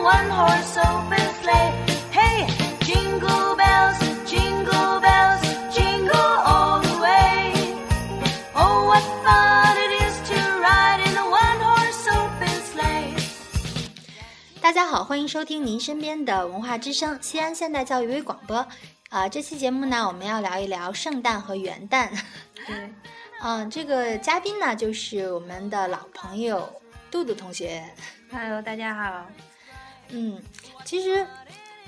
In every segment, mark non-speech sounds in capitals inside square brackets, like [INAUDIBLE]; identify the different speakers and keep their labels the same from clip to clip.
Speaker 1: Oh, nice open sleigh. Hey, jingle bells, jingle bells, jingle all the way. Oh, what fun it is to ride in a one horse open sleigh.
Speaker 2: 大家好，欢迎收听您身边的文化之声，西安现代教育微广播。呃，这期节目呢，我们要聊一聊圣诞和元旦。 [LAUGHS]
Speaker 3: 对，
Speaker 2: 嗯、这个嘉宾呢，就是我们的老朋友杜杜同学。
Speaker 3: Hello，大家好。
Speaker 2: 嗯，其实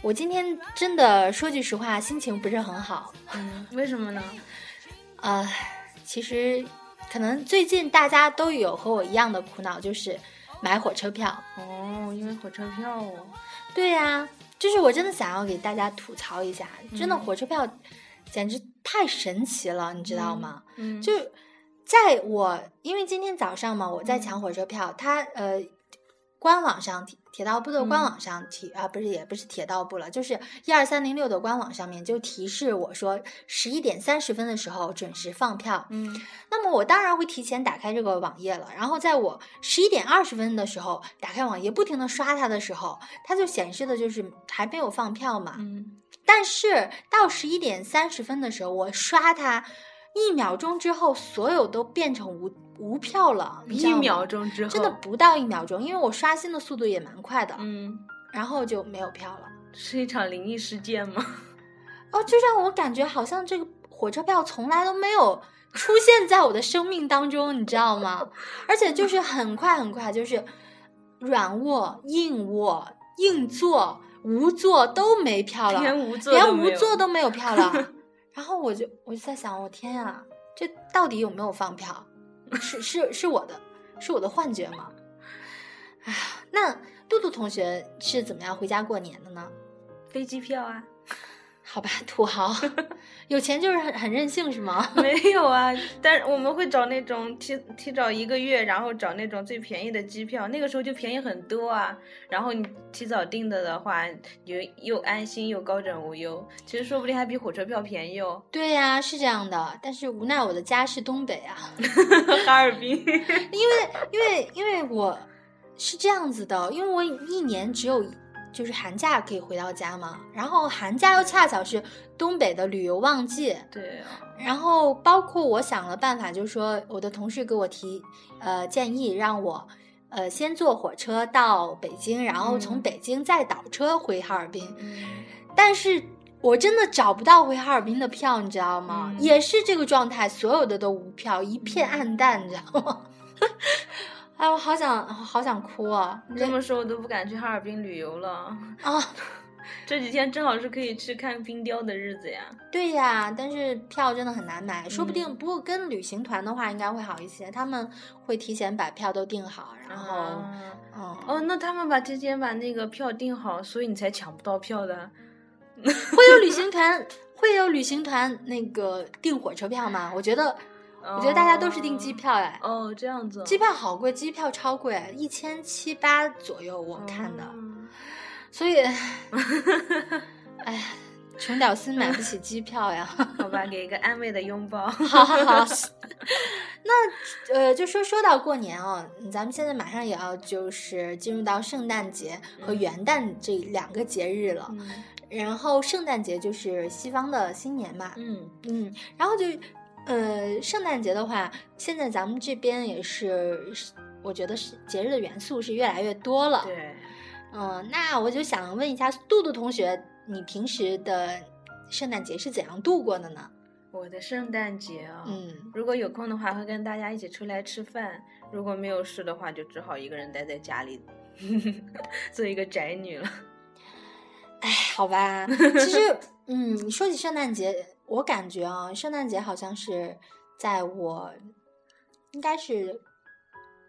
Speaker 2: 我今天真的说句实话，心情不是很好。
Speaker 3: 嗯，为什么呢？
Speaker 2: 呃，其实可能最近大家都有和我一样的苦恼，就是买火车票。
Speaker 3: 哦，因为火车票哦。
Speaker 2: 对呀、就是我真的想要给大家吐槽一下，真的
Speaker 3: 嗯
Speaker 2: 火车票简直太神奇了，你知道吗？
Speaker 3: 嗯，
Speaker 2: 就在我因为今天早上嘛，我在
Speaker 3: 嗯
Speaker 2: 抢火车票，它呃官网上铁铁道部的官
Speaker 3: 嗯
Speaker 2: 网上提、啊，不是也不是铁道部了，就是一二三零六的官网上面就提示我说十一点三十分的时候准时放票。
Speaker 3: 嗯
Speaker 2: 那么我当然会提前打开这个网页了，然后在我十一点二十分的时候打开网页，不停的刷它的时候，它就显示的就是还没有放票嘛。
Speaker 3: 嗯，
Speaker 2: 但是到十一点三十分的时候，我刷它一秒钟之后，所有都变成无无票了，你知道
Speaker 3: 一
Speaker 2: 吗
Speaker 3: 秒钟之后，
Speaker 2: 真的不到一秒钟，因为我刷新的速度也蛮快的，
Speaker 3: 嗯，
Speaker 2: 然后就没有票了。
Speaker 3: 是一场灵异事件吗？
Speaker 2: 哦，就让我感觉好像这个火车票从来都没有出现在我的生命当中，你知道吗？而且就是很快很快，就是软卧、硬卧、硬座、无座都没票
Speaker 3: [LAUGHS]
Speaker 2: 了，
Speaker 3: 连无座
Speaker 2: 连
Speaker 3: 都没
Speaker 2: 无
Speaker 3: 有
Speaker 2: 座都没有
Speaker 3: [LAUGHS]
Speaker 2: 票了。然后我就我就在想，我天呀，这到底有没有放票？是是是我的，是我的幻觉吗？啊，那杜杜同学是怎么样回家过年的呢？
Speaker 3: 飞机票啊？ [LAUGHS]
Speaker 2: 好吧，土豪，有钱就是很很任性是吗？ [LAUGHS]
Speaker 3: 没有啊，但是我们会找那种提提早一个月，然后找那种最便宜的机票，那个时候就便宜很多啊。然后你提早订的的话，你又又安心又高枕无忧，其实说不定还比火车票便宜
Speaker 2: [LAUGHS]
Speaker 3: 哦。
Speaker 2: 对呀、是这样的，但是无奈我的家是东北啊， [LAUGHS]
Speaker 3: 哈尔滨，
Speaker 2: 因为因为因为我是这样子的，因为我一年只有就是寒假可以回到家嘛，然后寒假又恰巧是东北的旅游旺季，
Speaker 3: 对啊。
Speaker 2: 然后包括我想了办法，就是说我的同事给我提呃建议，让我呃先坐火车到北京，然后从
Speaker 3: 嗯
Speaker 2: 北京再倒车回哈尔滨。
Speaker 3: 嗯
Speaker 2: 但是我真的找不到回哈尔滨的票，你知道吗？
Speaker 3: 嗯
Speaker 2: 也是这个状态，所有的都无票，一片暗淡，你知道 [LAUGHS] 吗？哎，我好想，好想哭啊！
Speaker 3: 你这么说，我都不敢去哈尔滨旅游了。
Speaker 2: 啊，
Speaker 3: 这几天正好是可以去看冰雕的日子呀。
Speaker 2: 对呀，但是票真的很难买，说不定。
Speaker 3: 嗯
Speaker 2: 不过跟旅行团的话，应该会好一些，他们会提前把票都订好，然后，
Speaker 3: 啊
Speaker 2: 嗯，
Speaker 3: 哦，那他们把提前把那个票订好，所以你才抢不到票的。
Speaker 2: 会有旅行 [LAUGHS] 团，会有旅行团那个订火车票吗？我觉得，
Speaker 3: 我
Speaker 2: 我觉得大家都是订机。票哎。
Speaker 3: 哦，这样子。
Speaker 2: 机票好贵，机票超贵，一千七八左右我看的，
Speaker 3: 哦
Speaker 2: 所
Speaker 3: [LAUGHS]
Speaker 2: 以，哎呀，穷屌丝买不起机
Speaker 3: [LAUGHS]
Speaker 2: 票呀。
Speaker 3: 好吧，给一个安慰的拥抱。
Speaker 2: [LAUGHS] 好好好，那呃，就说说到过年哦，咱们现在马上也要就是进入到圣诞节和元旦这两个节日了。
Speaker 3: 嗯
Speaker 2: 然后圣诞节就是西方的新年嘛，
Speaker 3: 嗯
Speaker 2: 嗯，然后就，呃，圣诞节的话，现在咱们这边也是，是我觉得是节日的元素是越来越多了。
Speaker 3: 对，
Speaker 2: 嗯、那我就想问一下杜杜同学，你平时的圣诞节是怎样度过的呢？
Speaker 3: 我的圣诞节啊、
Speaker 2: 嗯，
Speaker 3: 如果有空的话，会跟大家一起出来吃饭；如果没有事的话，就只好一个人待在家里， [LAUGHS] 做一个宅女了。
Speaker 2: 哎，好吧，
Speaker 3: [LAUGHS]
Speaker 2: 其实，嗯，你说起圣诞节，我感觉啊，圣诞节好像是在我应该是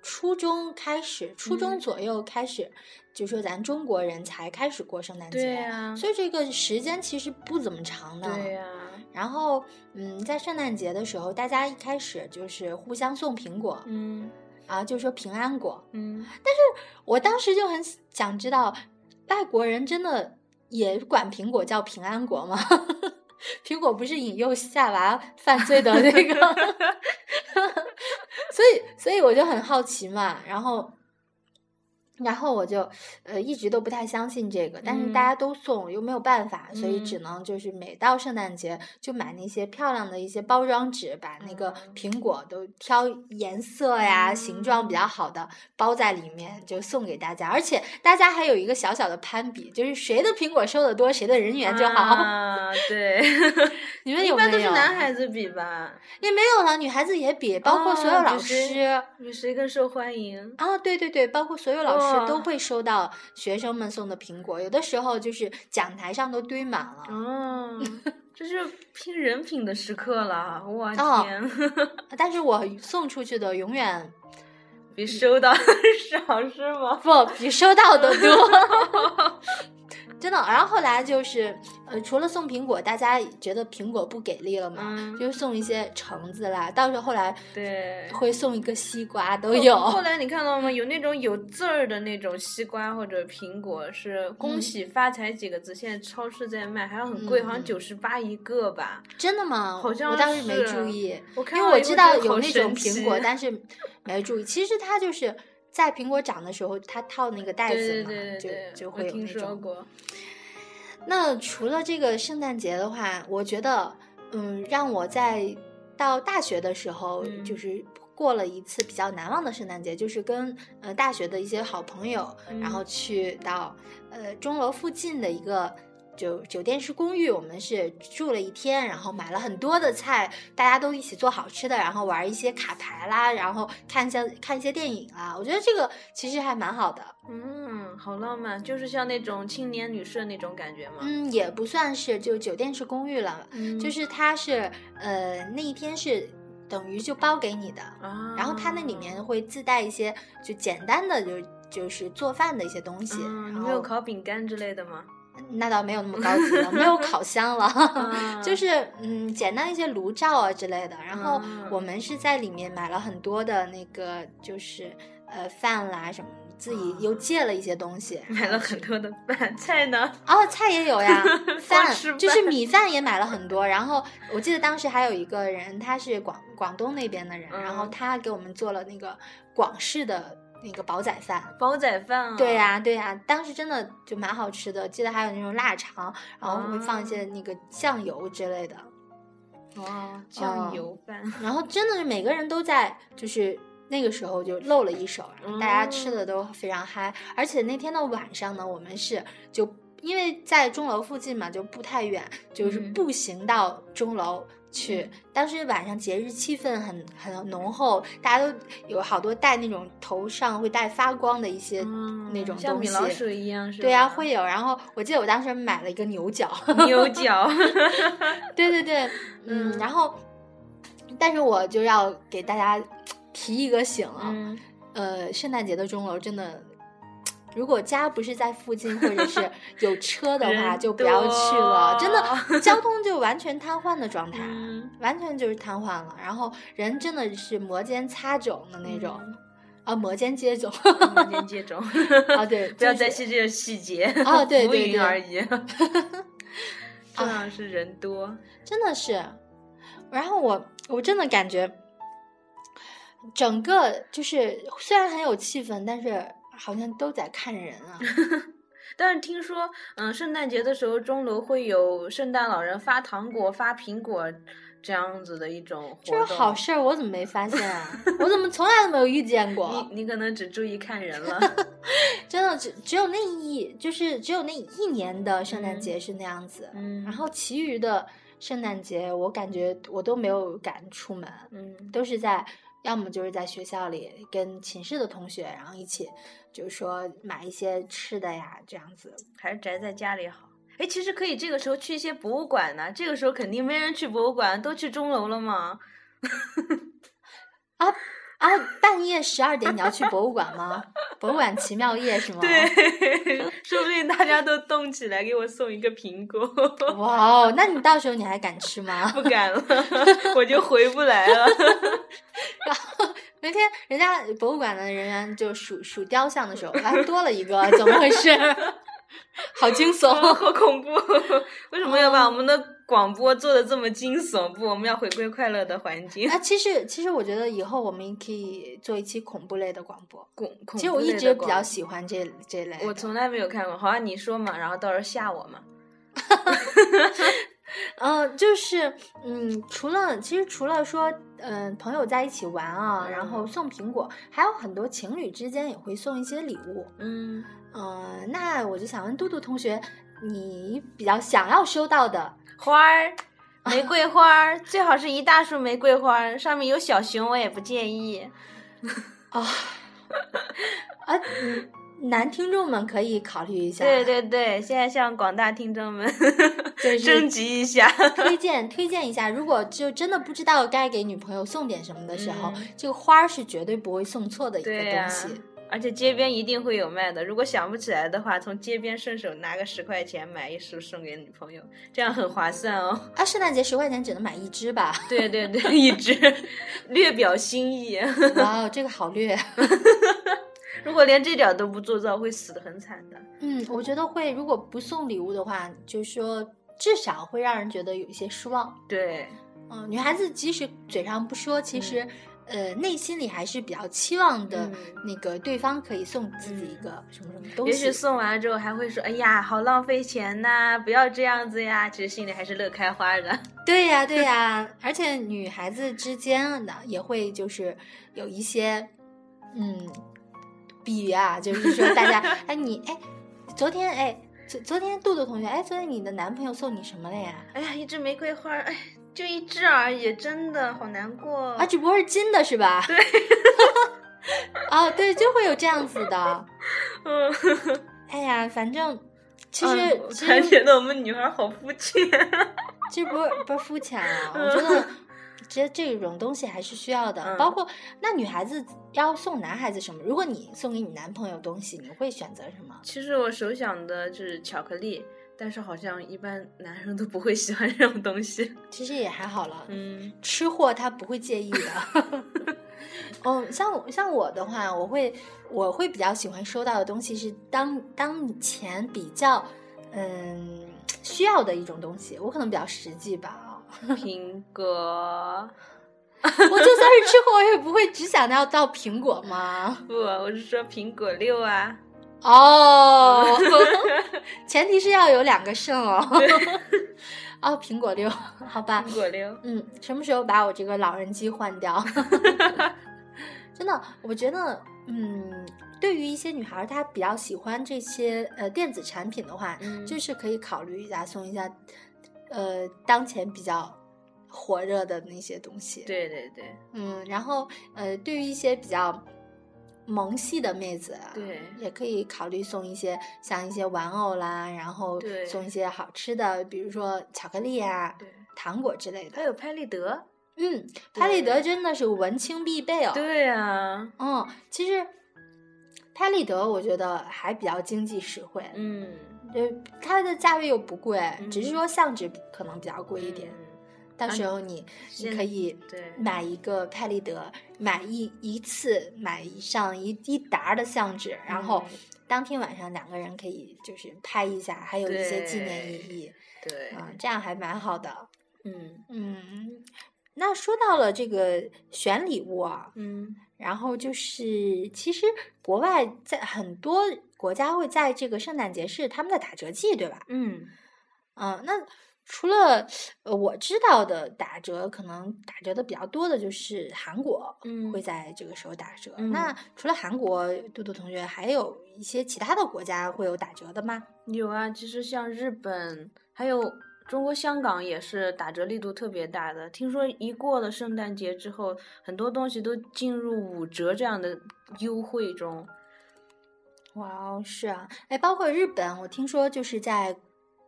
Speaker 2: 初中开始，初中
Speaker 3: 嗯
Speaker 2: 左右开始，就说咱中国人才开始过圣诞节。
Speaker 3: 对呀、
Speaker 2: 啊所以这个时间其实不怎么长的。
Speaker 3: 对呀、
Speaker 2: 然后，嗯，在圣诞节的时候，大家一开始就是互相送苹果，
Speaker 3: 嗯
Speaker 2: 然后就说平安果。 [LAUGHS]
Speaker 3: 嗯，
Speaker 2: 我当时就很想知道，外国人真的也管苹果叫平安果吗？ [LAUGHS] 苹果不是引诱夏娃犯罪的那个 [LAUGHS] ，所以，所以我就很好奇嘛。然后，然后我就呃一直都不太相信这个，但是
Speaker 3: 嗯
Speaker 2: 大家都送，又没有办法，所以只
Speaker 3: 嗯
Speaker 2: 能就是每到圣诞节就买那些漂亮的一些包装纸，把那
Speaker 3: 哦
Speaker 2: 个苹果都挑颜色呀、形状
Speaker 3: 哦
Speaker 2: 比较好的包在里面，就送给大家。而且大家还有一个小小的攀比，就是谁的苹果收的多，谁的人缘就好。
Speaker 3: 啊，对，
Speaker 2: [LAUGHS] 你们
Speaker 3: 一
Speaker 2: 有没有？
Speaker 3: 般都是男孩子比吧，
Speaker 2: 也没有了，女孩子也比，包括所有
Speaker 3: 哦
Speaker 2: 老
Speaker 3: 比谁
Speaker 2: 师。
Speaker 3: 比谁更受欢迎？
Speaker 2: 啊，对对对，包括所有老师都
Speaker 3: 哇
Speaker 2: 会收到学生们送的苹果，有的时候就是讲台上都堆满了。
Speaker 3: 哦，这是拼人品的时刻了，我
Speaker 2: 哦
Speaker 3: 天，
Speaker 2: 但是我送出去的永远
Speaker 3: 比收到少是吗？
Speaker 2: 不比收到的多，
Speaker 3: [LAUGHS]
Speaker 2: 真的。然后后来就是，呃，除了送苹果，大家觉得苹果不给力了嘛，
Speaker 3: 嗯，
Speaker 2: 就送一些橙子啦。到时候后来
Speaker 3: 对。
Speaker 2: 会送一个西瓜，都
Speaker 3: 后
Speaker 2: 有。
Speaker 3: 后来你看到吗？有那种有字儿的那种西瓜或者苹果，是“恭
Speaker 2: 嗯
Speaker 3: 喜发财”几个字，现在超市在卖，还要很贵，
Speaker 2: 嗯
Speaker 3: 好像
Speaker 2: 嗯
Speaker 3: 九十八一个吧。
Speaker 2: [LAUGHS] 真的吗？
Speaker 3: 好像
Speaker 2: 我当时没
Speaker 3: 是
Speaker 2: 注意，
Speaker 3: 我看
Speaker 2: 因
Speaker 3: 到
Speaker 2: 为我
Speaker 3: 以后
Speaker 2: 知道
Speaker 3: 觉得
Speaker 2: 有
Speaker 3: 好
Speaker 2: 那种
Speaker 3: 神奇啊
Speaker 2: 苹果，但是没注意。其实它就是在苹果长的时候，它套那个袋
Speaker 3: 对对
Speaker 2: 子嘛，
Speaker 3: 对对对，
Speaker 2: 就就
Speaker 3: 我
Speaker 2: 会有
Speaker 3: 听
Speaker 2: 那
Speaker 3: 说
Speaker 2: 种。
Speaker 3: 过。
Speaker 2: 那除了这个圣诞节的话，我觉得，嗯，让我在到大学的时候，
Speaker 3: 嗯
Speaker 2: 就是过了一次比较难忘的圣诞节，就是跟呃大学的一些好朋友，然
Speaker 3: 嗯
Speaker 2: 后去到呃钟楼附近的一个就酒店式公寓，我们是住了一天，然后买了很多的菜，大家都一起做好吃的，然后玩一些卡牌啦，然后看一下看一些电影啦。我觉得这个其实还蛮好的，
Speaker 3: 嗯，好浪漫，就是像那种青年旅社那种感觉嘛。
Speaker 2: 嗯，也不算是就酒店式公寓了，
Speaker 3: 嗯
Speaker 2: 就是它是呃那一天是等于就包给你的，
Speaker 3: 啊，
Speaker 2: 然后它那里面会自带一些就简单的就就是做饭的一些东西，
Speaker 3: 嗯，你
Speaker 2: 然
Speaker 3: 会有
Speaker 2: 后
Speaker 3: 烤饼干之类的吗？
Speaker 2: 那倒没有那么高级了，没有烤箱
Speaker 3: [LAUGHS]
Speaker 2: 了，
Speaker 3: 啊
Speaker 2: [LAUGHS] 就是嗯，简单一些炉灶啊之类的。然后
Speaker 3: 嗯
Speaker 2: 我们是在里面买了很多的那个，就是呃饭啦什么，自己又借了一些东西，
Speaker 3: 啊买了很多的饭 [LAUGHS] 菜呢。
Speaker 2: 哦，菜也
Speaker 3: [LAUGHS]
Speaker 2: 有呀，饭
Speaker 3: 吃
Speaker 2: 就是
Speaker 3: 饭
Speaker 2: 米饭也买了很多。然后我记得当时还有一个人，他是广广东那边的人，然后
Speaker 3: 嗯
Speaker 2: 他给我们做了那个广式的那个煲仔饭。
Speaker 3: [LAUGHS] 煲仔饭啊，
Speaker 2: 对呀、对呀、当时真的就蛮好吃的，记得还有那种腊肠，然后会放一
Speaker 3: 哦
Speaker 2: 些那个酱油之类的，
Speaker 3: 哇，酱油饭，
Speaker 2: 然后真的是每个人都在就是。那个时候就露了一手，然后大家吃
Speaker 3: 嗯
Speaker 2: 的都非常嗨、而且那天的晚上呢，我们是就因为在钟楼附近嘛，就不太远，就是
Speaker 3: 嗯
Speaker 2: 步行到钟楼去。当时晚上节日气氛很很浓厚，大家都有好多戴那种头上会戴发光的一些
Speaker 3: 嗯
Speaker 2: 那种
Speaker 3: 像
Speaker 2: 东
Speaker 3: 米
Speaker 2: 西，
Speaker 3: 老鼠一样是吧？
Speaker 2: 对呀、会有。然后我记得我当时买了一个牛角， [LAUGHS]
Speaker 3: 牛角，
Speaker 2: 对对对，嗯，
Speaker 3: 嗯
Speaker 2: 然后，但是我就要给大家提一个醒啊，
Speaker 3: [LAUGHS] 嗯，
Speaker 2: 呃，圣诞节的钟楼真的，如果家不是在附近或者是有车的话，
Speaker 3: 人
Speaker 2: 就不要去了，
Speaker 3: [LAUGHS]
Speaker 2: 真的
Speaker 3: 多
Speaker 2: 交通就完全瘫痪的状态。 [LAUGHS]
Speaker 3: 嗯
Speaker 2: 完全就是瘫痪了，然后人真的是摩肩擦踵的那种，
Speaker 3: 嗯
Speaker 2: 啊，摩肩接踵，
Speaker 3: 摩肩接踵，
Speaker 2: 啊，对，
Speaker 3: [LAUGHS] 不要
Speaker 2: 就是
Speaker 3: 再细这个细节，
Speaker 2: 哦对
Speaker 3: 浮
Speaker 2: 对
Speaker 3: 云
Speaker 2: 对
Speaker 3: 而
Speaker 2: [LAUGHS]
Speaker 3: 已。 [LAUGHS] 重要是人多，
Speaker 2: 真的是。然后我我真的感觉，整个就是虽然很有气氛，但是好像都在看人啊。
Speaker 3: 但是听说，嗯，圣诞节的时候钟楼会有圣诞老人发糖果、发苹果这样子的一种活
Speaker 2: 这是
Speaker 3: 动。
Speaker 2: 好事儿，我怎么没发现啊？ [LAUGHS] 我怎么从来都没有遇见过？
Speaker 3: 你你可能只注意看人
Speaker 2: [LAUGHS]
Speaker 3: 了，
Speaker 2: 真的只只有那一就是只有那一年的圣诞
Speaker 3: 嗯
Speaker 2: 节是那样子，
Speaker 3: 嗯
Speaker 2: 然后其余的圣诞节我感觉我都没有敢出门。
Speaker 3: 嗯，
Speaker 2: 都是在要么就是在学校里跟寝室的同学，然后一起就是说买一些吃的呀，这样子。
Speaker 3: 还是宅在家里好。哎，其实可以这个时候去一些博物馆呢、这个时候肯定没人去博物馆，都去钟楼了
Speaker 2: [LAUGHS]
Speaker 3: 嘛。
Speaker 2: 啊，半夜十二点你要去博物馆吗？博物馆奇妙夜是吗？
Speaker 3: 对，说不定大家都动起来，给我送一个苹果。 [LAUGHS]
Speaker 2: 哇哦，那你到时候你还敢吃吗？ [LAUGHS]
Speaker 3: 不敢了， [LAUGHS] 我就回不来了。
Speaker 2: 那天人家博物馆的人员就数数雕像的时候，哎，多了一个， [LAUGHS] 怎么回事？好惊悚！
Speaker 3: [LAUGHS]
Speaker 2: [LAUGHS] 哦
Speaker 3: 好恐怖！为什么要把我们的广播做的这么惊悚，不，我们要回归快乐的环境。
Speaker 2: 啊，其实其实我觉得以后我们可以做一期恐怖类的广播。
Speaker 3: [LAUGHS] 恐恐
Speaker 2: 其实
Speaker 3: 怖
Speaker 2: 我一
Speaker 3: 类
Speaker 2: 直
Speaker 3: 的
Speaker 2: 比
Speaker 3: 广
Speaker 2: 较
Speaker 3: 播
Speaker 2: 喜嗯欢这这类的。
Speaker 3: 我从来没有看过，好像你说嘛，然后到时候吓我嘛。
Speaker 2: 呃，就是嗯，除了其实除了说嗯、朋友在一起玩啊，然后
Speaker 3: 嗯
Speaker 2: 送苹果，还有很多情侣之间也会送一些礼物。
Speaker 3: 嗯，
Speaker 2: 嗯，那我就想问杜杜同学，你比较想要收到的？
Speaker 3: 花
Speaker 2: [LAUGHS]
Speaker 3: 儿，玫瑰花儿，最好是一大束玫瑰花儿，上面有小熊，我也不介意。
Speaker 2: 啊、啊，嗯男听众们可以考虑一下，
Speaker 3: 对，对对，现在向广大听众们
Speaker 2: [LAUGHS] 就是
Speaker 3: 征集一下。 [LAUGHS]
Speaker 2: 推荐推荐一下。如果就真的不知道该给女朋友送点什么的时候，
Speaker 3: 嗯
Speaker 2: 这个花儿是绝对不会送错的一个
Speaker 3: 对呀
Speaker 2: 东西。
Speaker 3: 而且街边一定会有卖的，如果想不起来的话，从街边顺手拿个十块钱买一束送给女朋友，这样很划算哦。
Speaker 2: 啊，圣诞节十块钱只能买一支吧？
Speaker 3: [LAUGHS] 对对对，一支略表心意。
Speaker 2: 哇哦，这个好略。
Speaker 3: 如果连这点儿都不做到，会死得很惨的。
Speaker 2: 嗯，我觉得会，如果不送礼物的话，就是说至少会让人觉得有一些失望。
Speaker 3: 对，
Speaker 2: 嗯，女孩子即使嘴上不说，其实、呃内心里还是比较期望的
Speaker 3: 嗯，
Speaker 2: 那个对方可以送自己一个什么什么东
Speaker 3: 也
Speaker 2: 西。
Speaker 3: 许送完了之后还会说：“哎呀，好浪费钱呐、不要这样子呀。”其实心里还是乐开花的。
Speaker 2: 对呀、
Speaker 3: [LAUGHS]
Speaker 2: 对呀、而且女孩子之间呢，也会就是有一些，嗯，比喻啊，就是说
Speaker 3: [LAUGHS]
Speaker 2: 大家，哎，你哎，昨天哎，昨昨天杜杜同学，哎，昨天你的男朋友送你什么了呀？
Speaker 3: 哎呀，一支玫瑰花，哎，就一支而已，真的好难过。
Speaker 2: 啊，只不过是金的是吧？对， [LAUGHS] 啊，对，就会有这样子的。
Speaker 3: 嗯，
Speaker 2: 哎呀，反正其实、
Speaker 3: 嗯我
Speaker 2: 其
Speaker 3: 突然
Speaker 2: 实
Speaker 3: 觉得我们女孩好肤浅。
Speaker 2: 这不是不是肤浅啊，我觉得这这种东西还是需要的。
Speaker 3: 嗯
Speaker 2: 包括那女孩子要送男孩子什么？如果你送给你男朋友东西，你会选择什么？
Speaker 3: [LAUGHS] 其实我首想的是巧克力，但是好像一般男生都不会喜欢这种东西。
Speaker 2: 其实也还好了，
Speaker 3: 嗯
Speaker 2: 吃货他不会介意的。 [LAUGHS] 哦，像我像我的话，我会我会比较喜欢收到的东西是当当以前比较嗯需要的一种东西，我可能比较实际吧 [LAUGHS] 啊。
Speaker 3: 嗯苹果
Speaker 2: 我就算是吃货，我也不会只想要到苹果嘛。
Speaker 3: 不，我是说苹果六啊。
Speaker 2: 哦， [LAUGHS] 前提是要有两个肾哦。 [LAUGHS] 哦，苹果六，好吧，
Speaker 3: [LAUGHS] 苹果六，
Speaker 2: 嗯，什么时候把我这个老人机换掉？ [LAUGHS] 真的，我觉得，嗯，对于一些女孩儿，她比较喜欢这些呃电子产品的话，
Speaker 3: 嗯
Speaker 2: 就是可以考虑一下送一下，呃，当前比较火热的那些东西。，
Speaker 3: 对对对
Speaker 2: 嗯，然后呃，对于一些比较萌系的妹子，啊
Speaker 3: 对。
Speaker 2: 也可以考虑送一些像一些玩偶啦，然后
Speaker 3: 对
Speaker 2: 送一些好吃的，比如说巧克力啊、
Speaker 3: 对，
Speaker 2: 糖果之类的
Speaker 3: 还。有拍立得，
Speaker 2: 嗯，拍立
Speaker 3: 对
Speaker 2: 得真的是文青必备哦。，
Speaker 3: 对啊，
Speaker 2: 嗯，其实拍立得我觉得还比较经济实惠，
Speaker 3: 嗯，
Speaker 2: 就是它的价位又不贵，只
Speaker 3: 嗯
Speaker 2: 是说相纸可能比较贵一点。
Speaker 3: 嗯
Speaker 2: 到时候你你
Speaker 3: 现
Speaker 2: 可以
Speaker 3: 对
Speaker 2: 买一个拍立得，买一一次买上一一沓儿的相纸，然后
Speaker 3: 嗯
Speaker 2: 当天晚上两个人可以就是拍一下，还有一些纪念意
Speaker 3: 对
Speaker 2: 义
Speaker 3: 对，
Speaker 2: 啊、这样还蛮好的。
Speaker 3: 嗯
Speaker 2: 嗯，那说到了这个选礼物啊，
Speaker 3: 嗯
Speaker 2: 然后就是其实国外在很多国家会在这个圣诞节是他们的打折季，对吧？
Speaker 3: 嗯，
Speaker 2: 嗯，那除了呃我知道的打折，可能打折的比较多的就是韩国
Speaker 3: 嗯
Speaker 2: 会在这个时候打折。
Speaker 3: 嗯
Speaker 2: 那除了韩国，杜杜同学还有一些其他的国家会有打折的吗？
Speaker 3: 有啊，其实像日本还有中国香港也是打折力度特别大的。听说一过了圣诞节之后，很多东西都进入五折这样的优惠中。
Speaker 2: 哇哦，是啊，哎，包括日本，我听说就是在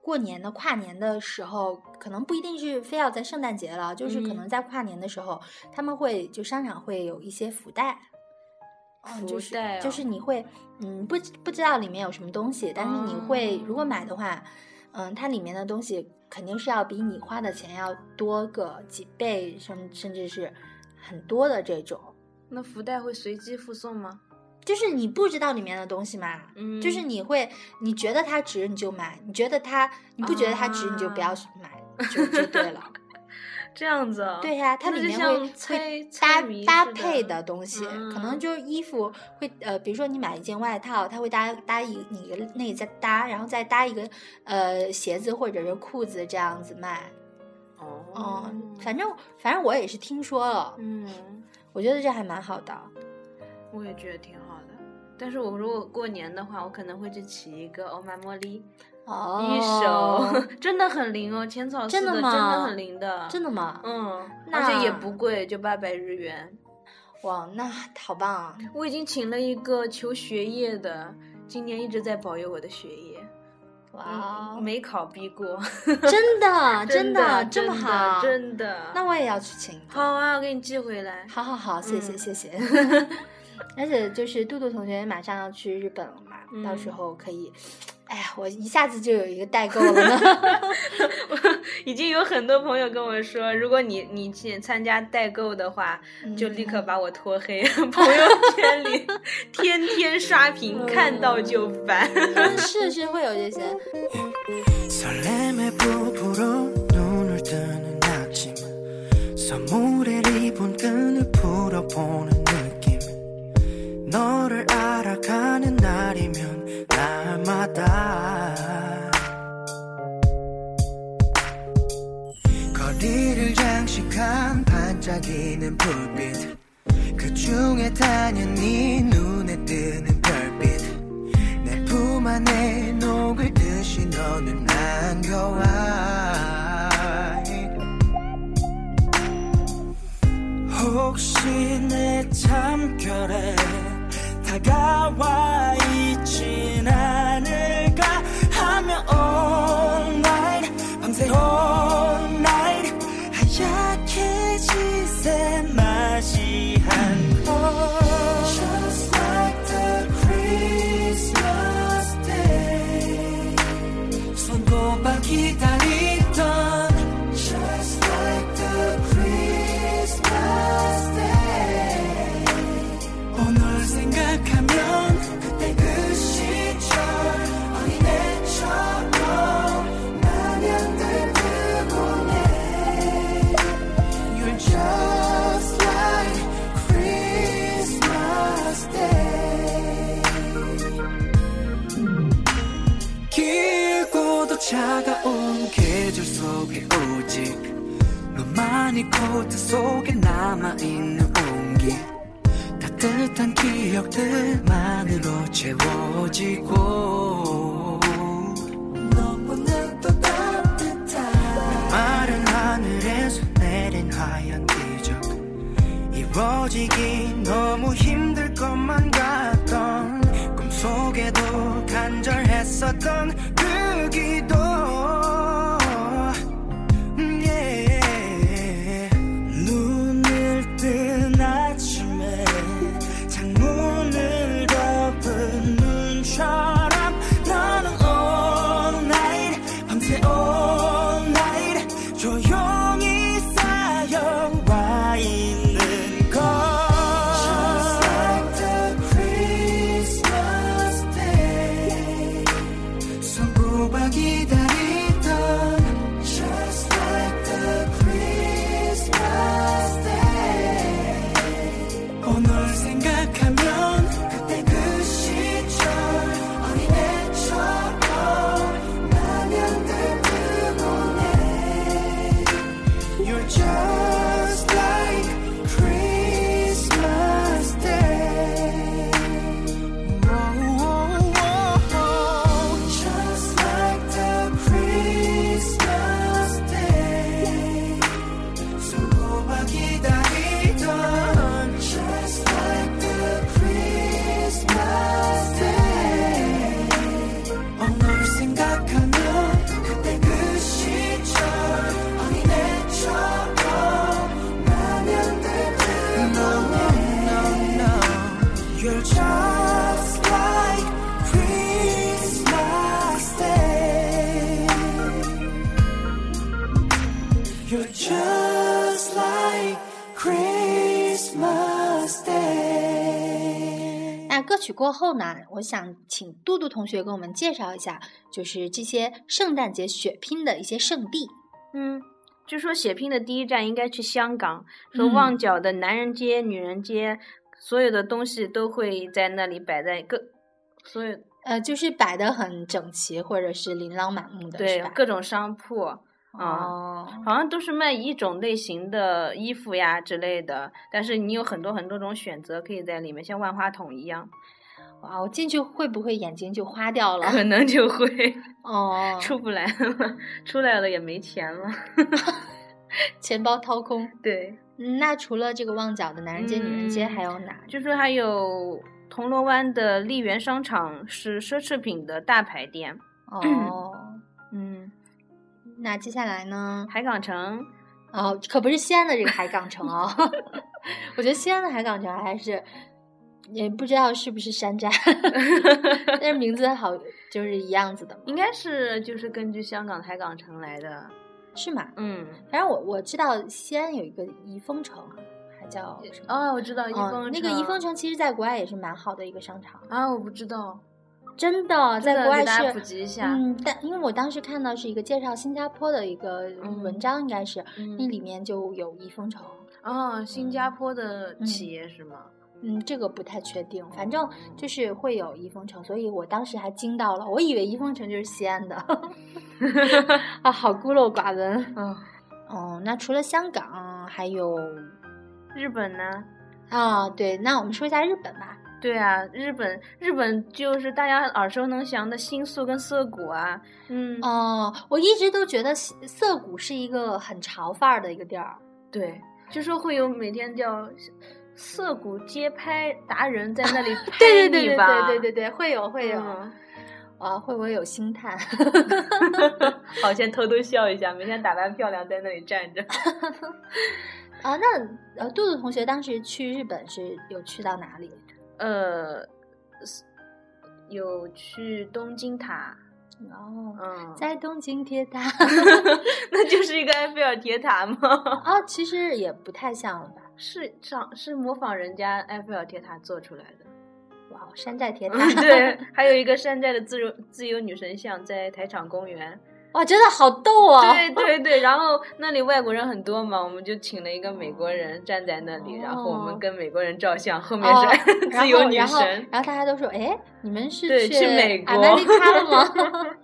Speaker 2: 过年的跨年的时候，可能不一定是非要在圣诞节了，就是可
Speaker 3: 嗯
Speaker 2: 能在跨年的时候，他们会就商场会有一些福袋。嗯，就
Speaker 3: 福
Speaker 2: 是、
Speaker 3: 袋
Speaker 2: 就
Speaker 3: 哦
Speaker 2: 是你会，嗯，不知不知道里面有什么东西，但是你会、如
Speaker 3: 哦
Speaker 2: 果买的话，嗯，它里面的东西肯定是要比你花的钱要多个几倍，甚甚至是很多的这种，
Speaker 3: 那福袋会随机附送吗？
Speaker 2: 就是你不知道里面的东西嘛，
Speaker 3: 嗯
Speaker 2: 就是你会，你觉得它值你就买，你觉得它你不觉得它值你就不要
Speaker 3: 啊
Speaker 2: 买，就就
Speaker 3: [LAUGHS]
Speaker 2: 对了。
Speaker 3: 这样子啊？
Speaker 2: 对呀、它
Speaker 3: 那
Speaker 2: 里
Speaker 3: 就
Speaker 2: 面
Speaker 3: 像
Speaker 2: 会会
Speaker 3: 猜猜
Speaker 2: 搭
Speaker 3: 谜
Speaker 2: 搭
Speaker 3: 似
Speaker 2: 配
Speaker 3: 的
Speaker 2: 的东西，可
Speaker 3: 嗯
Speaker 2: 能就是衣服会呃，比如说你买一件外套，它会搭搭一你的内再搭，然后再搭一个呃鞋子或者是裤子这样子卖。
Speaker 3: 哦
Speaker 2: 嗯，反正反正我也是听说了，
Speaker 3: 嗯，
Speaker 2: 我觉得这还蛮好的。
Speaker 3: 我也觉得挺好的。但是我如果过年的话，我可能会去起一个欧玛茉莉，
Speaker 2: 哦， [LAUGHS]
Speaker 3: 一手 [LAUGHS] 真的很灵哦，浅草寺
Speaker 2: 真的
Speaker 3: 的真
Speaker 2: 吗
Speaker 3: 的很灵的，
Speaker 2: 真
Speaker 3: 的，
Speaker 2: 的吗？
Speaker 3: 嗯，
Speaker 2: 那
Speaker 3: 而且也不贵，就八百日元。
Speaker 2: 哇，那好棒啊！
Speaker 3: 我已经请了一个求学业的，今年一直在保佑我的学业，嗯
Speaker 2: 哇哦，啊
Speaker 3: 没考必过， [LAUGHS]
Speaker 2: 真的
Speaker 3: 真
Speaker 2: 的啊
Speaker 3: 的
Speaker 2: 这
Speaker 3: [LAUGHS]
Speaker 2: 么
Speaker 3: 真的
Speaker 2: 好，
Speaker 3: 真的。
Speaker 2: 那我也要去请一个。
Speaker 3: 好啊，我给你寄回来。
Speaker 2: 好好好，谢谢
Speaker 3: 嗯
Speaker 2: 谢谢。
Speaker 3: [LAUGHS]
Speaker 2: 而且就是杜杜同学马上要去日本了嘛，到时
Speaker 3: 嗯
Speaker 2: 候可以，哎呀，我一下子就有一个代购
Speaker 3: [LAUGHS]
Speaker 2: 了呢。
Speaker 3: 已经有很多朋友跟我说，如果你你去参加代购的话，就立刻把我拖黑， [LAUGHS] 朋友圈 [LAUGHS] 里天天刷屏，看到就烦。
Speaker 2: 嗯是是会有这些，
Speaker 4: 설렘의 부부로 눈을 뜨는 아침 선물의 리본끈을 풀어보는 느낌 너를 알아가는 날이면 날마다 거리를 장식한 반짝이는 불빛 그 중에 당연히 눈에 뜨는 별빛 내 품 안에 녹을 듯이 너는 안겨와 혹시 내 참결에 다가와 있진 않을까 하며 all night 밤새 all night 하얗게 지새 맛이 한번 Just like the Christmas day 손꼽아 기다리던 Just like the Christmas day 오늘 생각하면 그때 그 시절 어린애처럼 마냥들 뜨고 내 You're just like Christmas Day. 길고도 차가운 계절 속에 오직 너만이 코트 속에 남아있는 온기 따뜻한 기억들만으로 채워지고 너보다 더 따뜻한 마른 하늘에서 내린 하얀 기적 이루어지기 너무 힘들 것만 같던 꿈속에도 간절했었던 그 기도 예. 눈을 뜬 아침에 창문을 덮은 눈처럼 너는 all night 밤새 all night 조용히 쌓여와 있는 것 Just like the Christmas day 손꼽아 기다리던 Just like the Christmas day 오늘 생각하면 그때 그 시절 어린애처럼 라면들 뜨고 내 You're just like Christmas day Just like the Christmas day 손꼽아 기다리던 Just like the Christmas day 오늘 생각하면 그때 그 시절 어린애처럼 라면들 뜨고 내 You're just like Christmas Day. You're just like Christmas Day.
Speaker 2: 那歌曲过后呢，我想请杜杜同学给我们介绍一下，就是这些圣诞节血拼的一些圣地。
Speaker 3: 嗯，据说血拼的第一站应该去香港，说
Speaker 2: 嗯
Speaker 3: 旺角的男人街、女人街，所有的东西都会在那里摆在各，所有
Speaker 2: 呃，就是摆的很整齐，或者是琳琅满目的，
Speaker 3: 对
Speaker 2: 是吧？
Speaker 3: 各种商铺啊。
Speaker 2: 哦，
Speaker 3: 好像都是卖一种类型的衣服呀之类的，但是你有很多很多种选择可以在里面，像万花筒一样， [LAUGHS]
Speaker 2: 哇，我进去会不会眼睛就花掉了？
Speaker 3: 可能就会
Speaker 2: 哦，
Speaker 3: 出不来了， [LAUGHS] 出来了也没钱了。 [LAUGHS]
Speaker 2: 钱包掏空。
Speaker 3: 对，
Speaker 2: 嗯那除了这个旺角的男人街、女人街，
Speaker 3: 嗯
Speaker 2: 还
Speaker 3: [CLEARS THROAT]
Speaker 2: 有哪？
Speaker 3: 据说还有铜锣湾的丽园商场是奢侈品的大牌店，
Speaker 2: 哦，
Speaker 3: 嗯，
Speaker 2: 那接下来呢？
Speaker 3: 海港城，
Speaker 2: 哦，可不是西安的这个海港城哦， [LAUGHS] 我觉得西安的海港城还是也不知道是不是山寨， [LAUGHS] 但是名字好就是一样子的嘛，
Speaker 3: 应该是就是根据香港海港城来的，
Speaker 2: 是吗？
Speaker 3: 嗯，
Speaker 2: 反正我我知道西安有一个怡丰城，啊还叫什么？
Speaker 3: 哦，我知道一
Speaker 2: 哦
Speaker 3: 峰、
Speaker 2: 那个怡丰城其实在国外也是蛮好的一个商场，
Speaker 3: 啊，我不知道，
Speaker 2: 真的
Speaker 3: 这
Speaker 2: 在
Speaker 3: 个
Speaker 2: 国
Speaker 3: 给
Speaker 2: 外
Speaker 3: 大家普
Speaker 2: 是。
Speaker 3: 及一下，
Speaker 2: 嗯，但因为我当时看到是一个介绍新加坡的一个
Speaker 3: 嗯
Speaker 2: 文章，应该是、
Speaker 3: 嗯
Speaker 2: 那里面就有怡丰城，
Speaker 3: 哦，新加坡的
Speaker 2: 嗯
Speaker 3: 企业是 [LAUGHS] 吗？
Speaker 2: 嗯，这个不太确定，反正就是会有怡丰城，所以我当时还惊到了，我以为怡丰城就是西安的， [LAUGHS] 啊，好孤陋寡
Speaker 3: [LAUGHS]
Speaker 2: 闻。
Speaker 3: 嗯，
Speaker 2: 哦，那除了香港，还有
Speaker 3: 日本呢？
Speaker 2: 啊，对，那我们说一下日本吧。
Speaker 3: 对啊，日本日本就是大家耳熟能详的新宿跟涩谷啊，嗯，
Speaker 2: 哦，我一直都觉得西涩谷是一个很潮范儿的一个地儿，
Speaker 3: 对，就说会有每天叫涩谷街拍达人在那 [LAUGHS] 里拍
Speaker 2: 对对对
Speaker 3: 你
Speaker 2: 对
Speaker 3: 吧，
Speaker 2: 对对对对，会有会有，
Speaker 3: 嗯 [LAUGHS]
Speaker 2: 啊，会不会有星探？
Speaker 3: 好，先偷偷笑一下，每天打扮漂亮在那里站着。
Speaker 2: 啊，那呃，杜杜同学当时去日本是有去到哪里？
Speaker 3: [LAUGHS] 呃，有去东京塔，
Speaker 2: 哦，
Speaker 3: 嗯，
Speaker 2: 在东京铁塔。
Speaker 3: [LAUGHS] 那就是一个埃菲尔铁塔吗？
Speaker 2: 啊，其实也不太像了吧？
Speaker 3: 是长是模仿人家埃菲尔铁塔做出来的。
Speaker 2: 哇，山寨铁塔，
Speaker 3: 嗯， [LAUGHS] 对，还有一个山寨的自由自由女神像在台场公园。
Speaker 2: 哇，真的好逗啊！
Speaker 3: 对对对，然后那里外国人很多嘛，我们就请了一个美国人站在那里，然后我
Speaker 2: 哦
Speaker 3: 们跟美国人照相，后面
Speaker 2: 哦
Speaker 3: 是、
Speaker 2: 然
Speaker 3: [LAUGHS] 自由
Speaker 2: 后
Speaker 3: 女
Speaker 2: 然后
Speaker 3: 神。
Speaker 2: 然后大家都说，哎，你们是
Speaker 3: 对
Speaker 2: 去
Speaker 3: 去美
Speaker 2: 阿
Speaker 3: 国
Speaker 2: 曼丽卡了吗？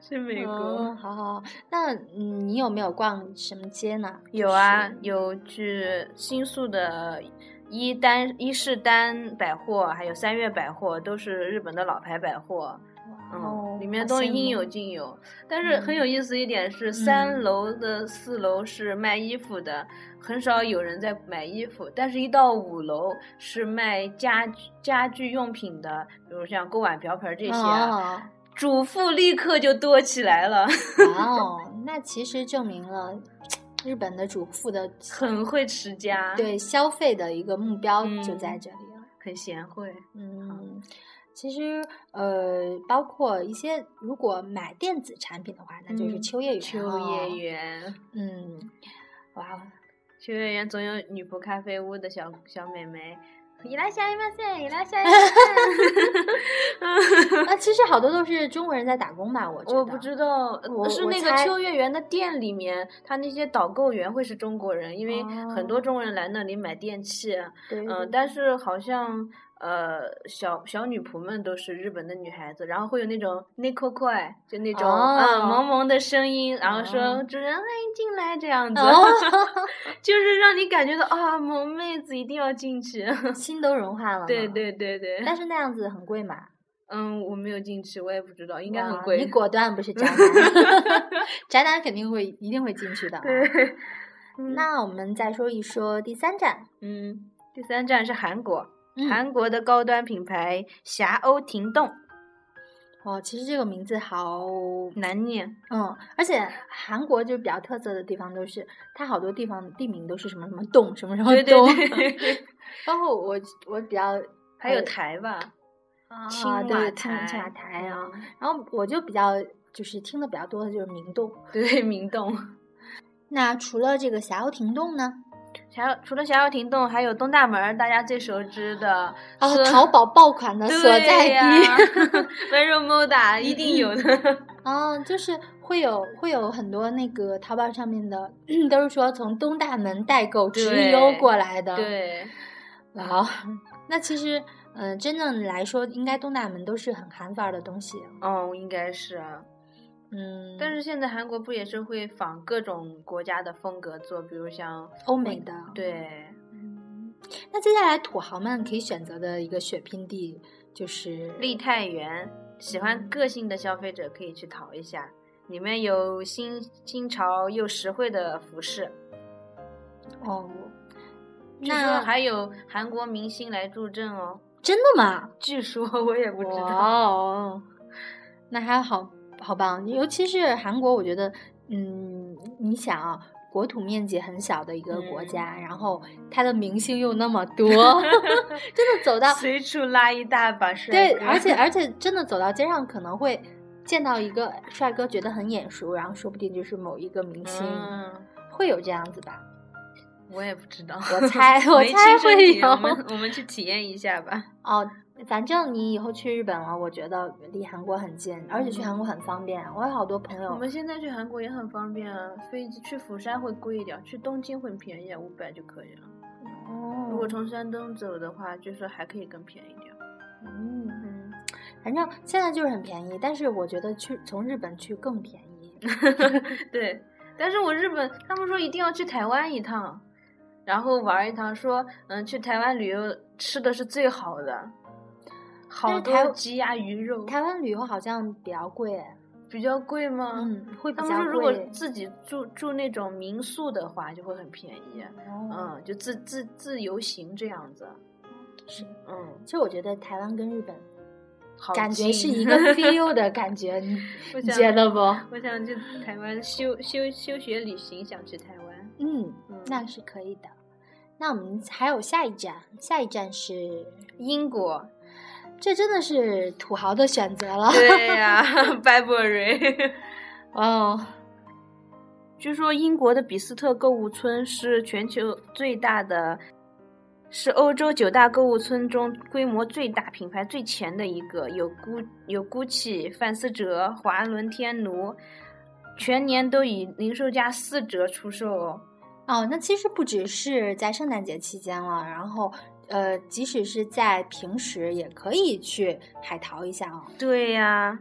Speaker 3: 是美国。
Speaker 2: 哦，好好。好那嗯，你有没有逛什么街呢？
Speaker 3: 有啊，有去新宿的伊丹伊势丹百货，还有三月百货，都是日本的老牌百货。
Speaker 2: 哦
Speaker 3: 嗯，里面
Speaker 2: 好
Speaker 3: 东西
Speaker 2: 羡慕哦嗯
Speaker 3: 应有尽有。但是很有意思一点是，三楼的四楼是卖衣服的，很少有人在买衣服。但是，一到五楼是卖家居家居用品的，比如像锅碗瓢盆这些啊，
Speaker 2: 哦
Speaker 3: 主妇立刻就多起来了， [LAUGHS]
Speaker 2: 哇哦，那其实证明了日本的主妇的
Speaker 3: 很会持家，，
Speaker 2: 对消费的一个目标就
Speaker 3: 嗯
Speaker 2: 在这里了。
Speaker 3: 很贤惠。
Speaker 2: 嗯，其实呃，包括一些如果买电子产品的话，那就是
Speaker 3: 嗯
Speaker 2: 秋叶原、
Speaker 3: 秋叶。原，
Speaker 2: 嗯，哇，
Speaker 3: 秋叶原总有女仆咖啡屋的小小美眉。伊拉夏伊马塞，伊拉夏伊马
Speaker 2: [LAUGHS]
Speaker 3: 塞。
Speaker 2: 那其实好多都是中国人在打工吧？我觉得
Speaker 3: 我不知道，
Speaker 2: 我
Speaker 3: 呃是
Speaker 2: 我
Speaker 3: 那个
Speaker 2: 猜
Speaker 3: 秋叶原的店里面，他那些导购员会是中国人，因为很多
Speaker 2: 哦
Speaker 3: 中国人来那里买电器。
Speaker 2: 对，
Speaker 3: 嗯、
Speaker 2: 对对
Speaker 3: 但是好像呃，小小女仆们都是日本的女孩子，然后会有那种 n i c o c o 就那种
Speaker 2: 哦
Speaker 3: 嗯萌萌的声音，然后说、
Speaker 2: 哦
Speaker 3: 主人欢迎进来这样子。
Speaker 2: 哦 [LAUGHS]
Speaker 3: 就是让你感觉到啊，萌妹子一定要进去。 [LAUGHS]
Speaker 2: 心都融化了呢。
Speaker 3: 对对对对，
Speaker 2: 但是那样子很贵嘛，
Speaker 3: 嗯，我没有进去，我也不知道，应该很
Speaker 2: 哇
Speaker 3: 贵。
Speaker 2: 你果断不是 [LAUGHS] 宅男，宅男肯定会一定会进去的。啊
Speaker 3: 对，
Speaker 2: 那我们再说一说第三站，
Speaker 3: [LAUGHS] 嗯，第三站是韩国，
Speaker 2: 嗯，
Speaker 3: 韩国的高端品牌霞欧婷洞，
Speaker 2: 哦，其实这个名字好
Speaker 3: 难念。
Speaker 2: 嗯，而且韩国就比较特色的地方都是，它好多地方地名都是什么什么洞什么什么
Speaker 3: 对
Speaker 2: 洞，
Speaker 3: 对 [LAUGHS] 对，
Speaker 2: [LAUGHS] 包括我我比较
Speaker 3: 还有台吧，青
Speaker 2: 啊
Speaker 3: 瓦
Speaker 2: 对青
Speaker 3: 台，
Speaker 2: 青瓦台啊，
Speaker 3: 嗯，
Speaker 2: 然后我就比较就是听的比较多的就是明洞。
Speaker 3: 对明洞。
Speaker 2: 那除了这个霞欧亭洞呢？
Speaker 3: 霞欧除了霞欧亭洞，还有东大门儿，大家最熟知的
Speaker 2: 啊，
Speaker 3: 是 [LAUGHS]
Speaker 2: 淘宝爆款的所在 [LAUGHS]
Speaker 3: 对呀 [LAUGHS]
Speaker 2: 地，
Speaker 3: 温柔 m o d a 一定有的。
Speaker 2: 啊，就是会有会有很多那个淘宝上面的， [CLEARS THROAT] 都是说从东大门代购直
Speaker 3: 对
Speaker 2: 邮过来的。，
Speaker 3: 对，
Speaker 2: 哇哦， [LAUGHS] 那其实，嗯、真正来说，应该东大门都是很韩范儿的东西。啊
Speaker 3: 哦，应该是啊。
Speaker 2: 嗯，
Speaker 3: 但是现在韩国不也是会仿各种国家的风格做，比如像
Speaker 2: 欧美的。
Speaker 3: 对，
Speaker 2: 嗯，那接下来土豪们可以选择的一个血拼地就是
Speaker 3: 立太原，喜欢个性的消费者可以去淘一下，里面有新新潮又实惠的服饰。
Speaker 2: 哦，
Speaker 3: 据说
Speaker 2: 那
Speaker 3: 还有韩国明星来助阵哦。
Speaker 2: 真的吗？
Speaker 3: 据说我也不知道。
Speaker 2: 哇哦，那还好好棒，尤其是韩国，我觉得，嗯，你想啊，国土面积很小的一个
Speaker 3: 嗯
Speaker 2: 国家，然后它的明星又那么
Speaker 3: [LAUGHS]
Speaker 2: 多，真的走到
Speaker 3: 随处拉一大把帅
Speaker 2: 对，
Speaker 3: 哥
Speaker 2: 而且 [LAUGHS] 而且真的走到街上可能会。见到一个帅哥，觉得很眼熟，然后说不定就是某一个明星，
Speaker 3: 嗯，
Speaker 2: 会有这样子
Speaker 3: [LAUGHS]
Speaker 2: 吧？
Speaker 3: 我也不知道，
Speaker 2: 我猜，我
Speaker 3: 没亲身
Speaker 2: 猜会
Speaker 3: 体
Speaker 2: 有。
Speaker 3: 验我们我们去体验一下吧。
Speaker 2: [LAUGHS] 哦，反正你以后去日本了，我觉得离韩国很近，而且去韩国很方便。我有好多朋
Speaker 3: 我
Speaker 2: 友，
Speaker 3: 们现在去韩国也很方便啊，飞机去釜山会贵一点，去东京会便宜，五百就可以了。
Speaker 2: 哦
Speaker 3: 如果从山东走的话，据说还可以更便宜点。
Speaker 2: 嗯嗯，反正现在就是很便宜，但是我觉得去从日本去更便
Speaker 3: [LAUGHS]
Speaker 2: 宜。
Speaker 3: [LAUGHS] 对，但是我日本他们说一定要去台湾一趟，然后玩一趟，说嗯去台湾旅游吃的是最好的，好
Speaker 2: 但是
Speaker 3: 多
Speaker 2: 台
Speaker 3: 鸡鸭鱼肉，
Speaker 2: 台湾旅游好像比较贵，
Speaker 3: 比较贵吗？。
Speaker 2: 嗯，会比
Speaker 3: 他
Speaker 2: 较
Speaker 3: 们说，
Speaker 2: 贵。
Speaker 3: 如果自己住住那种民宿的话，就会很便宜。
Speaker 2: 哦，
Speaker 3: 嗯，就自自自由行这样子。
Speaker 2: 是，
Speaker 3: 嗯，
Speaker 2: 其实我觉得台湾跟日本
Speaker 3: 好
Speaker 2: 感觉
Speaker 3: 近 [LAUGHS]
Speaker 2: 是一个 feel 的感觉，你
Speaker 3: 我
Speaker 2: 你
Speaker 3: 想
Speaker 2: 觉
Speaker 3: [LAUGHS]
Speaker 2: 得不？嗯
Speaker 3: 我想去台湾休休休学旅行，想去台湾。
Speaker 2: 嗯，
Speaker 3: 嗯
Speaker 2: 那是可以的。那我们还有下一站，下一站是
Speaker 3: 英国，
Speaker 2: 这真的是土豪的选择
Speaker 3: [LAUGHS]
Speaker 2: 了。
Speaker 3: 对呀、拜伯瑞。
Speaker 2: 哦，
Speaker 3: 据说英国的比斯特购物村是全球最大的，是欧洲九大购物村中规模最大、品牌最全的一个，有 Gu 有 GUCCI、范思哲、华伦天奴，全年都以零售价四折出售哦。
Speaker 2: 哦，那其实不只是在圣诞节期间了，然后呃，即使是在平时也可以去海淘一下哦。
Speaker 3: 对呀、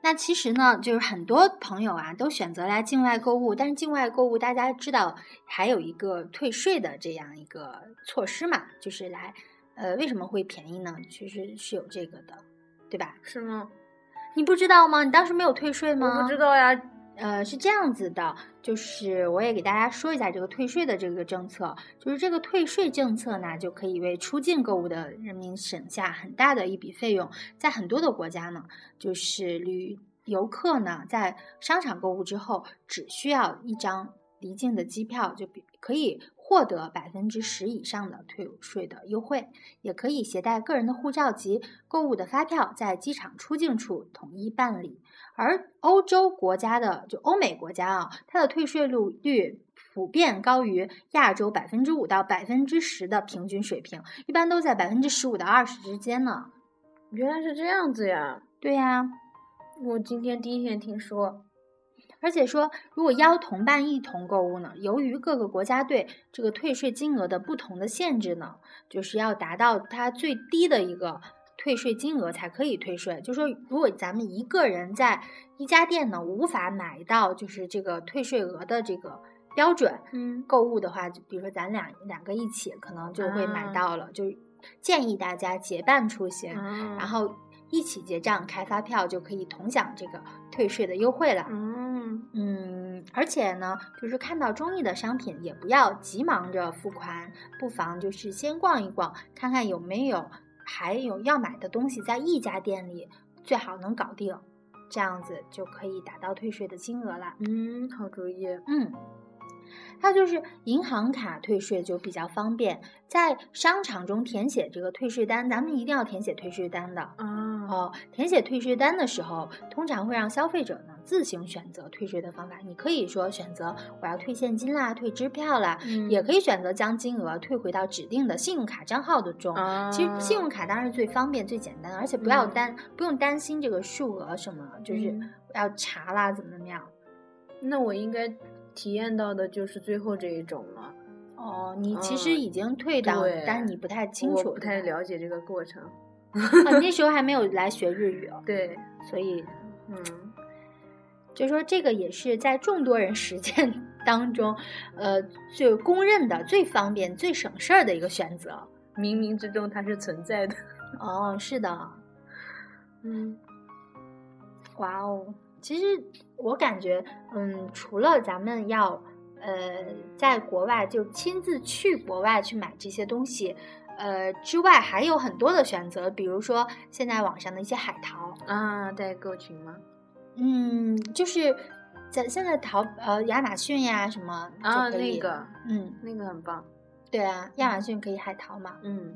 Speaker 2: 那其实呢，就是很多朋友啊都选择来境外购物，但是境外购物大家知道还有一个退税的这样一个措施嘛，就是来呃为什么会便宜呢？其实是有这个的，对吧？
Speaker 3: 是吗？
Speaker 2: 你不知道吗？你当时没有退税吗？
Speaker 3: 我不知道呀。
Speaker 2: 呃，是这样子的，就是我也给大家说一下这个退税的这个政策，就是这个退税政策呢，就可以为出境购物的人民省下很大的一笔费用。在很多的国家呢，就是旅游客呢在商场购物之后，只需要一张离境的机票，就比可以获得百分之十以上的退税的优惠，也可以携带个人的护照及购物的发票，在机场出境处统一办理。而欧洲国家的，就欧美国家啊，它的退税率率普遍高于亚洲百分之五到百分之十的平均水平，一般都在百分之十五到二十之间呢。
Speaker 3: 原来是这样子呀！
Speaker 2: 对呀、
Speaker 3: 我今天第一天听说。
Speaker 2: 而且说，如果邀同伴一同购物呢，由于各个国家对这个退税金额的不同的限制呢，就是要达到它最低的一个退税金额才可以退税。就说如果咱们一个人在一家店呢无法买到就是这个退税额的这个标准
Speaker 3: 嗯，
Speaker 2: 购物的话，就比如说咱俩两个一起，可能就会买
Speaker 3: 啊
Speaker 2: 到了。就建议大家结伴出行，然
Speaker 3: 然后，
Speaker 2: 后一起结账开发票，就可以同享这个退税的优惠了。
Speaker 3: 嗯，
Speaker 2: 嗯，而且呢，就是看到中意的商品，也不要急忙着付款，不妨就是先逛一逛，看看有没有还有要买的东西，在一家店里最好能搞定，这样子就可以达到退税的金额啦。
Speaker 3: 嗯，好主意。
Speaker 2: 嗯，还有就是银行卡退税就比较方便，在商场中填写这个退税单，咱们一定要填写退税单的。
Speaker 3: 啊，嗯
Speaker 2: 哦，填写退税单的时候，通常会让消费者呢自行选择退税的方法。你可以说选择我要退现金啦，退支票啦，
Speaker 3: 嗯
Speaker 2: 也可以选择将金额退回到指定的信用卡账号的中。
Speaker 3: 啊
Speaker 2: 其实信用卡当然是最方便、最简单的，而且不要
Speaker 3: 嗯
Speaker 2: 担、不用担心这个数额什么，就是
Speaker 3: 嗯
Speaker 2: 要查啦怎么怎么样。
Speaker 3: 那我应该体验到的就是最后这一种了，
Speaker 2: 哦，你其实
Speaker 3: 嗯
Speaker 2: 已经退档，
Speaker 3: 对
Speaker 2: 但你不太清
Speaker 3: 我
Speaker 2: 楚，
Speaker 3: 不太
Speaker 2: 对吧
Speaker 3: 了解这个过程。
Speaker 2: 啊，那时候还没有来学日语哦，
Speaker 3: 对，
Speaker 2: 所以
Speaker 3: 嗯
Speaker 2: 就说这个也是在众多人实践 [LAUGHS] 当中，呃，最公认的最方便、最省事儿的一个选择。，
Speaker 3: 冥冥之中它是存在的。
Speaker 2: 哦，是的，
Speaker 3: [LAUGHS] 嗯
Speaker 2: 哇哦！其实我感觉，嗯，除了咱们要呃在国外就亲自去国外去买这些东西，呃之外，还有很多的选择，比如说现在网上的一些海淘，
Speaker 3: 啊，代购群吗？
Speaker 2: 嗯，就是在现在淘呃亚马逊呀什么就
Speaker 3: 啊，
Speaker 2: 可以
Speaker 3: 那，个
Speaker 2: 嗯，
Speaker 3: 那个很棒。
Speaker 2: 对啊，亚马逊可以海淘嘛，
Speaker 3: 嗯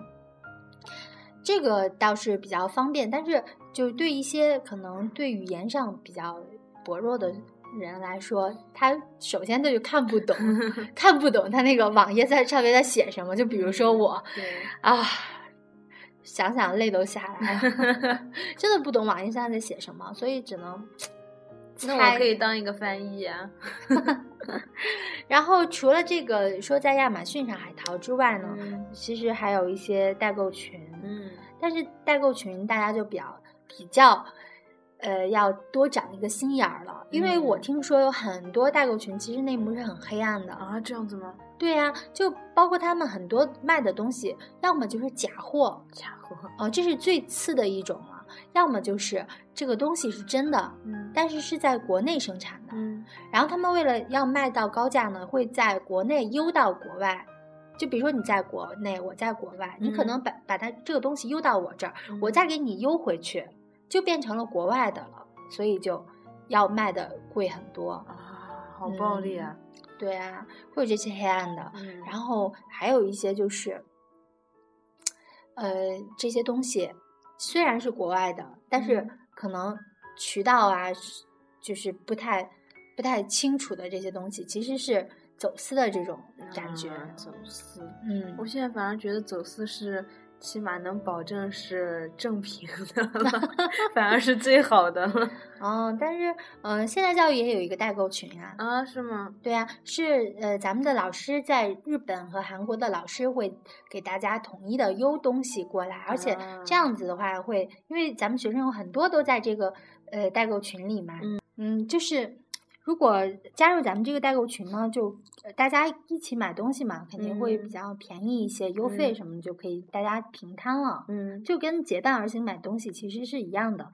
Speaker 2: 这个倒是比较方便，但是就对一些可能对语言上比较薄弱的人来说，他首先他就看不
Speaker 3: [LAUGHS]
Speaker 2: 懂，看不懂他那个网页在上面在写什么。就比如说我
Speaker 3: 对，
Speaker 2: 啊，想想泪都下来
Speaker 3: [LAUGHS]
Speaker 2: 了，真的不懂网页上在写什么，所以只能
Speaker 3: 那
Speaker 2: 猜
Speaker 3: 我可以当一个翻译啊。
Speaker 2: 然后除了这个说在亚马逊上海淘之外呢，
Speaker 3: 嗯
Speaker 2: 其实还有一些代购群，
Speaker 3: 嗯
Speaker 2: 但是代购群大家就比较比较，呃，要多长一个心眼儿了，因为我
Speaker 3: 嗯
Speaker 2: 听说有很多代购群其实内幕是很黑暗的。
Speaker 3: 啊，这样子 [LAUGHS] 吗？
Speaker 2: 对呀、就包括他们很多卖的东西，要么就是假货，
Speaker 3: 家伙，
Speaker 2: 哦、这是最次的一种了；要么就是这个东西是真的，
Speaker 3: 嗯
Speaker 2: 但是是在国内生产的。
Speaker 3: 嗯
Speaker 2: 然后他们为了要卖到高价呢，会在国内邮到国外。就比如说你在国内，我在国外，你可
Speaker 3: 嗯
Speaker 2: 能把、把它这个东西邮到我这儿，我再给你邮回去，就变成了国外的了，所以就要卖的贵很多。
Speaker 3: 啊，好暴力啊！
Speaker 2: 对啊，会有这些黑暗的。
Speaker 3: 嗯
Speaker 2: 然后还有一些就是，呃，这些东西虽然是国外的，但是
Speaker 3: 嗯
Speaker 2: 可能渠道啊，是就是不太不太清楚的这些东西，其实是走私的这种感觉。
Speaker 3: 啊走私。
Speaker 2: 嗯
Speaker 3: 我，现在反而觉得走私是起码能保证是正品的 [LAUGHS] 了，反而是最好的了。
Speaker 2: 哦，但是嗯、呃现在教育也有一个代购群啊。
Speaker 3: [LAUGHS] 啊，是吗？
Speaker 2: 对啊，是呃，咱们的老师在日本和韩国的老师会给大家统一的邮东西过来，而且这
Speaker 3: 啊
Speaker 2: 样子的话会，因为咱们学生有很多都在这个呃代购群里嘛，嗯就是如果加入咱们这个代购群呢，就呃大家一起买东西嘛，肯定会比
Speaker 3: 嗯
Speaker 2: 较便宜一些，邮费
Speaker 3: 嗯
Speaker 2: 什么就可以大家平摊了。
Speaker 3: 嗯
Speaker 2: 就跟结伴而行买东西其实是一样的。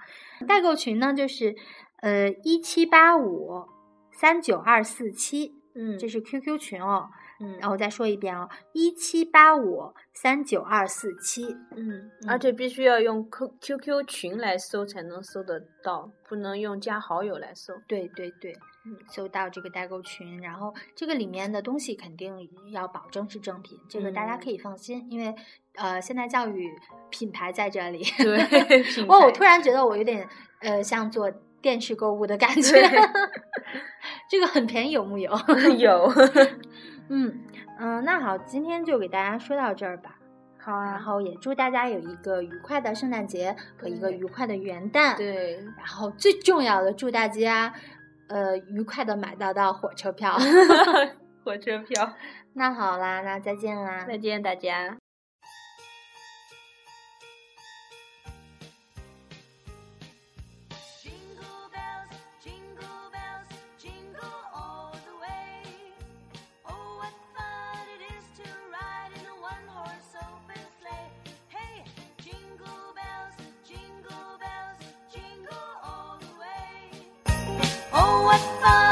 Speaker 2: 代购群呢，就是呃一七八五三九二四七，
Speaker 3: 嗯
Speaker 2: 这是 QQ 群哦。
Speaker 3: 嗯
Speaker 2: 然后我再说一遍哦，一七八五三九二四七。
Speaker 3: 嗯，
Speaker 2: 嗯
Speaker 3: 而且必须要用 Q Q Q 群来搜才能搜得到，不能用加好友来搜。
Speaker 2: 对对对
Speaker 3: 嗯，
Speaker 2: 搜到这个代购群，然后这个里面的东西肯定要保证是正品，这个大家
Speaker 3: 嗯
Speaker 2: 可以放心，因为呃，现代教育品牌在这里。 [LAUGHS]
Speaker 3: [LAUGHS] 对品
Speaker 2: 哇，我
Speaker 3: 牌
Speaker 2: 突然觉得我有点呃，像做电视购物的感觉
Speaker 3: 对。
Speaker 2: [LAUGHS] 这个很便宜，有木有？
Speaker 3: [LAUGHS] 有，
Speaker 2: 嗯嗯、那好，今天就给大家说到这儿吧。
Speaker 3: 好
Speaker 2: 然
Speaker 3: 啊，
Speaker 2: 后也祝大家有一个愉快的圣诞节和一个
Speaker 3: 对
Speaker 2: 愉快的元旦。，
Speaker 3: 对，
Speaker 2: 然后最重要的，祝大家呃愉快的买到到火车票。
Speaker 3: [LAUGHS] 火车票，
Speaker 2: 那好啦，那再见啦，
Speaker 3: [LAUGHS] 再见大家。
Speaker 1: Jingle bells, jingle bells, jingle all the way. Oh, what fun it is to ride in a one-horse open sleigh. Hey, jingle bells, jingle bells, jingle all the way. Oh, what fun!
Speaker 3: Oh,